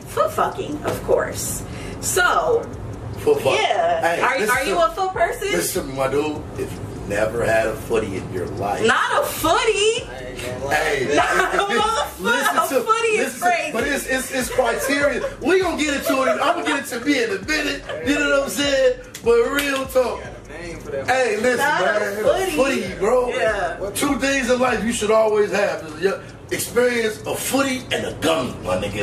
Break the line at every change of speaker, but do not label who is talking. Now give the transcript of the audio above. foot fucking, of course. So,
Full fuck.
yeah.
Hey,
are
listen
are you
to-
a foot person?
Listen, my dude, if you've never had a footy in your life,
Not a footy.
I ain't gonna lie.
Hey,
Not a
listen
motherfucker.
to-
A footy is
listen to-
crazy.
But it's, it's, it's criteria. we going to get into it. I'm going to get into me in a minute. You know what I'm saying? But real talk.
Got a name for that.
Hey, listen,
Not a
man.
footy.
bro.
Yeah.
Two things in life you should always have. is your Experience a footy and a gummy, my nigga.